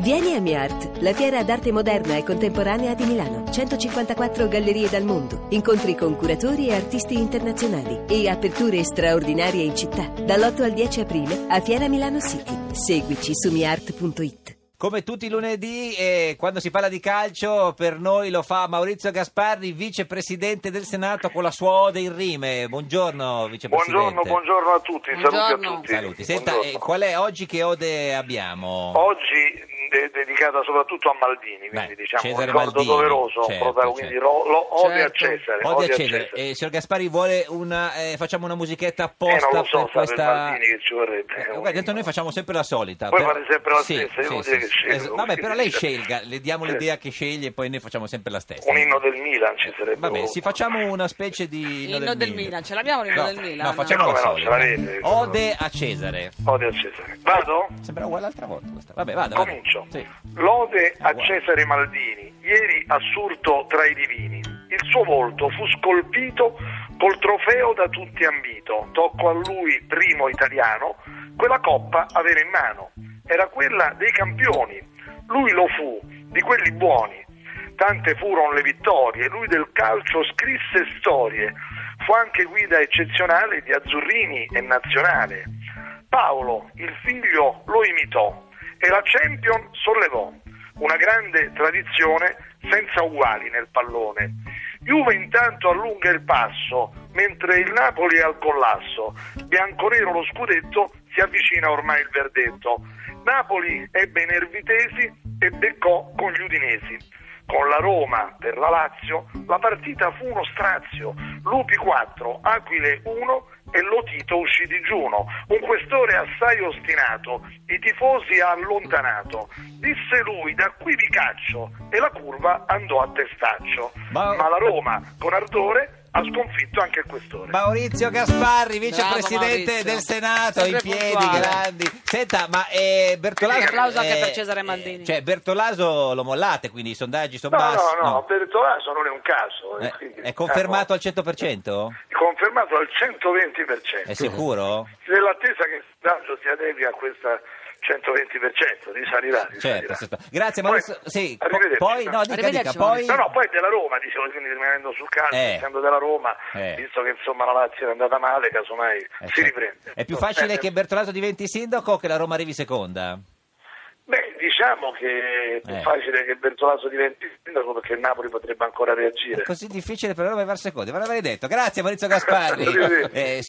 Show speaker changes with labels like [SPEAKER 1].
[SPEAKER 1] Vieni a MiArt, la fiera d'arte moderna e contemporanea di Milano. 154 gallerie dal mondo, incontri con curatori e artisti internazionali e aperture straordinarie in città. Dall'8 al 10 aprile a Fiera Milano City. Seguici su miart.it.
[SPEAKER 2] Come tutti i lunedì, eh, quando si parla di calcio, per noi lo fa Maurizio Gasparri, vicepresidente del Senato, con la sua ode in rime. Buongiorno, vicepresidente.
[SPEAKER 3] Buongiorno, buongiorno a tutti, saluti a
[SPEAKER 4] Buongiorno.
[SPEAKER 3] tutti.
[SPEAKER 2] Saluti. Senta,
[SPEAKER 3] Buongiorno.
[SPEAKER 2] eh, qual è oggi che ode abbiamo?
[SPEAKER 3] Oggi mh, è dedicata soprattutto a Maldini,
[SPEAKER 2] Beh,
[SPEAKER 3] quindi diciamo
[SPEAKER 2] Cesare
[SPEAKER 3] un ricordo
[SPEAKER 2] Maldini,
[SPEAKER 3] doveroso,
[SPEAKER 2] certo,
[SPEAKER 3] proprio,
[SPEAKER 2] certo.
[SPEAKER 3] quindi lo, lo odio a
[SPEAKER 4] Certo.
[SPEAKER 3] Cesare.
[SPEAKER 2] Ode
[SPEAKER 3] odio
[SPEAKER 2] a Cesare. Eh, signor Gasparri vuole una... eh, facciamo una musichetta
[SPEAKER 3] Eh,
[SPEAKER 2] apposta
[SPEAKER 3] non lo so,
[SPEAKER 2] per
[SPEAKER 3] sarebbe
[SPEAKER 2] questa...
[SPEAKER 3] Maldini che ci vorrebbe.
[SPEAKER 2] Eh, guarda, tanto noi facciamo sempre la solita.
[SPEAKER 3] Voi
[SPEAKER 2] però-
[SPEAKER 3] fate sempre la
[SPEAKER 2] Sì,
[SPEAKER 3] stessa,
[SPEAKER 2] sì,
[SPEAKER 3] io
[SPEAKER 2] sì,
[SPEAKER 3] devo dire
[SPEAKER 2] sì.
[SPEAKER 3] che scelgo,
[SPEAKER 2] Esatto.
[SPEAKER 3] non
[SPEAKER 2] Vabbè,
[SPEAKER 3] che
[SPEAKER 2] però lei
[SPEAKER 3] dice.
[SPEAKER 2] scelga, le diamo
[SPEAKER 3] Sì.
[SPEAKER 2] l'idea che sceglie e poi noi facciamo sempre la stessa.
[SPEAKER 3] Un inno del Milan ci sarebbe.
[SPEAKER 2] Vabbè, sì, facciamo una specie di...
[SPEAKER 4] L'inno del Milan. Ce l'abbiamo l'inno
[SPEAKER 2] no,
[SPEAKER 4] del Milan?
[SPEAKER 2] No, facciamo
[SPEAKER 3] No,
[SPEAKER 2] la
[SPEAKER 3] come no,
[SPEAKER 2] solita.
[SPEAKER 3] ce l'avete.
[SPEAKER 2] Ode a Cesare.
[SPEAKER 3] Odio a Cesare. Vado?
[SPEAKER 2] Sembra uguale l'altra volta questa. Vabbè, vado. vado.
[SPEAKER 3] Comincio.
[SPEAKER 2] Sì. Ah,
[SPEAKER 3] Lode a
[SPEAKER 2] Uguale.
[SPEAKER 3] Cesare Maldini, ieri assurto tra i divini. Il suo volto fu scolpito col trofeo da tutti ambito. Tocco a lui, primo italiano, quella coppa aveva in mano. Era quella dei campioni. Lui lo fu, di quelli buoni. Tante furono le vittorie, lui del calcio scrisse storie, fu anche guida eccezionale di azzurrini e nazionale. Paolo, il figlio, lo imitò e la Champion sollevò una grande tradizione senza uguali nel pallone. Juve intanto allunga il passo, mentre il Napoli è al collasso. Bianconero lo scudetto, si avvicina ormai il verdetto. Napoli ebbe i nervitesi e beccò con gli udinesi. Con la Roma per la Lazio la partita fu uno strazio, Lupi 4, Aquile 1 e Lotito uscì digiuno. Un questore assai ostinato, i tifosi ha allontanato. Disse lui da qui vi caccio e la curva andò a testaccio.
[SPEAKER 2] Ma-
[SPEAKER 3] Ma, la Roma con ardore ha sconfitto anche il questore.
[SPEAKER 2] Maurizio Gasparri, vicepresidente
[SPEAKER 4] Maurizio.
[SPEAKER 2] del Senato,
[SPEAKER 4] Sempre
[SPEAKER 2] in piedi,
[SPEAKER 4] puntuale.
[SPEAKER 2] grandi. Senta, ma eh, Bertolaso... eh,
[SPEAKER 4] Un applauso anche per Cesare Maldini.
[SPEAKER 2] cioè, Bertolaso lo mollate, quindi i sondaggi sono
[SPEAKER 3] No,
[SPEAKER 2] bassi.
[SPEAKER 3] no, no, Bertolaso non è un caso. eh,
[SPEAKER 2] Eh,
[SPEAKER 3] quindi,
[SPEAKER 2] è confermato
[SPEAKER 3] ah,
[SPEAKER 2] al 100%?
[SPEAKER 3] no, è confermato al 120%.
[SPEAKER 2] È sicuro?
[SPEAKER 3] Nell'attesa che il sondaggio si adegui a questa 120% di sanità. Di
[SPEAKER 2] Certo,
[SPEAKER 3] sanità.
[SPEAKER 2] certo. Grazie
[SPEAKER 3] Poi-
[SPEAKER 2] Maurizio. Sì, po-
[SPEAKER 3] arrivederci.
[SPEAKER 2] poi no, dica, dica,
[SPEAKER 4] Arrivederci,
[SPEAKER 2] poi
[SPEAKER 3] No, no, poi della Roma, dicevo, quindi rimanendo sul calcio,
[SPEAKER 2] Eh.
[SPEAKER 3] essendo della Roma,
[SPEAKER 2] Eh.
[SPEAKER 3] visto che insomma la Lazio era andata male, casomai
[SPEAKER 2] Eh,
[SPEAKER 3] si
[SPEAKER 2] certo.
[SPEAKER 3] riprende.
[SPEAKER 2] È più facile
[SPEAKER 3] Eh,
[SPEAKER 2] che Bertolaso diventi sindaco o che la Roma arrivi seconda?
[SPEAKER 3] Beh, diciamo che è più
[SPEAKER 2] Eh.
[SPEAKER 3] facile che Bertolaso diventi sindaco perché il Napoli potrebbe ancora
[SPEAKER 2] È
[SPEAKER 3] reagire.
[SPEAKER 2] così difficile per la Roma arrivare seconda, ve l'avrei detto. Grazie Maurizio Gasparri.
[SPEAKER 3] Arrivederci.
[SPEAKER 2] Eh,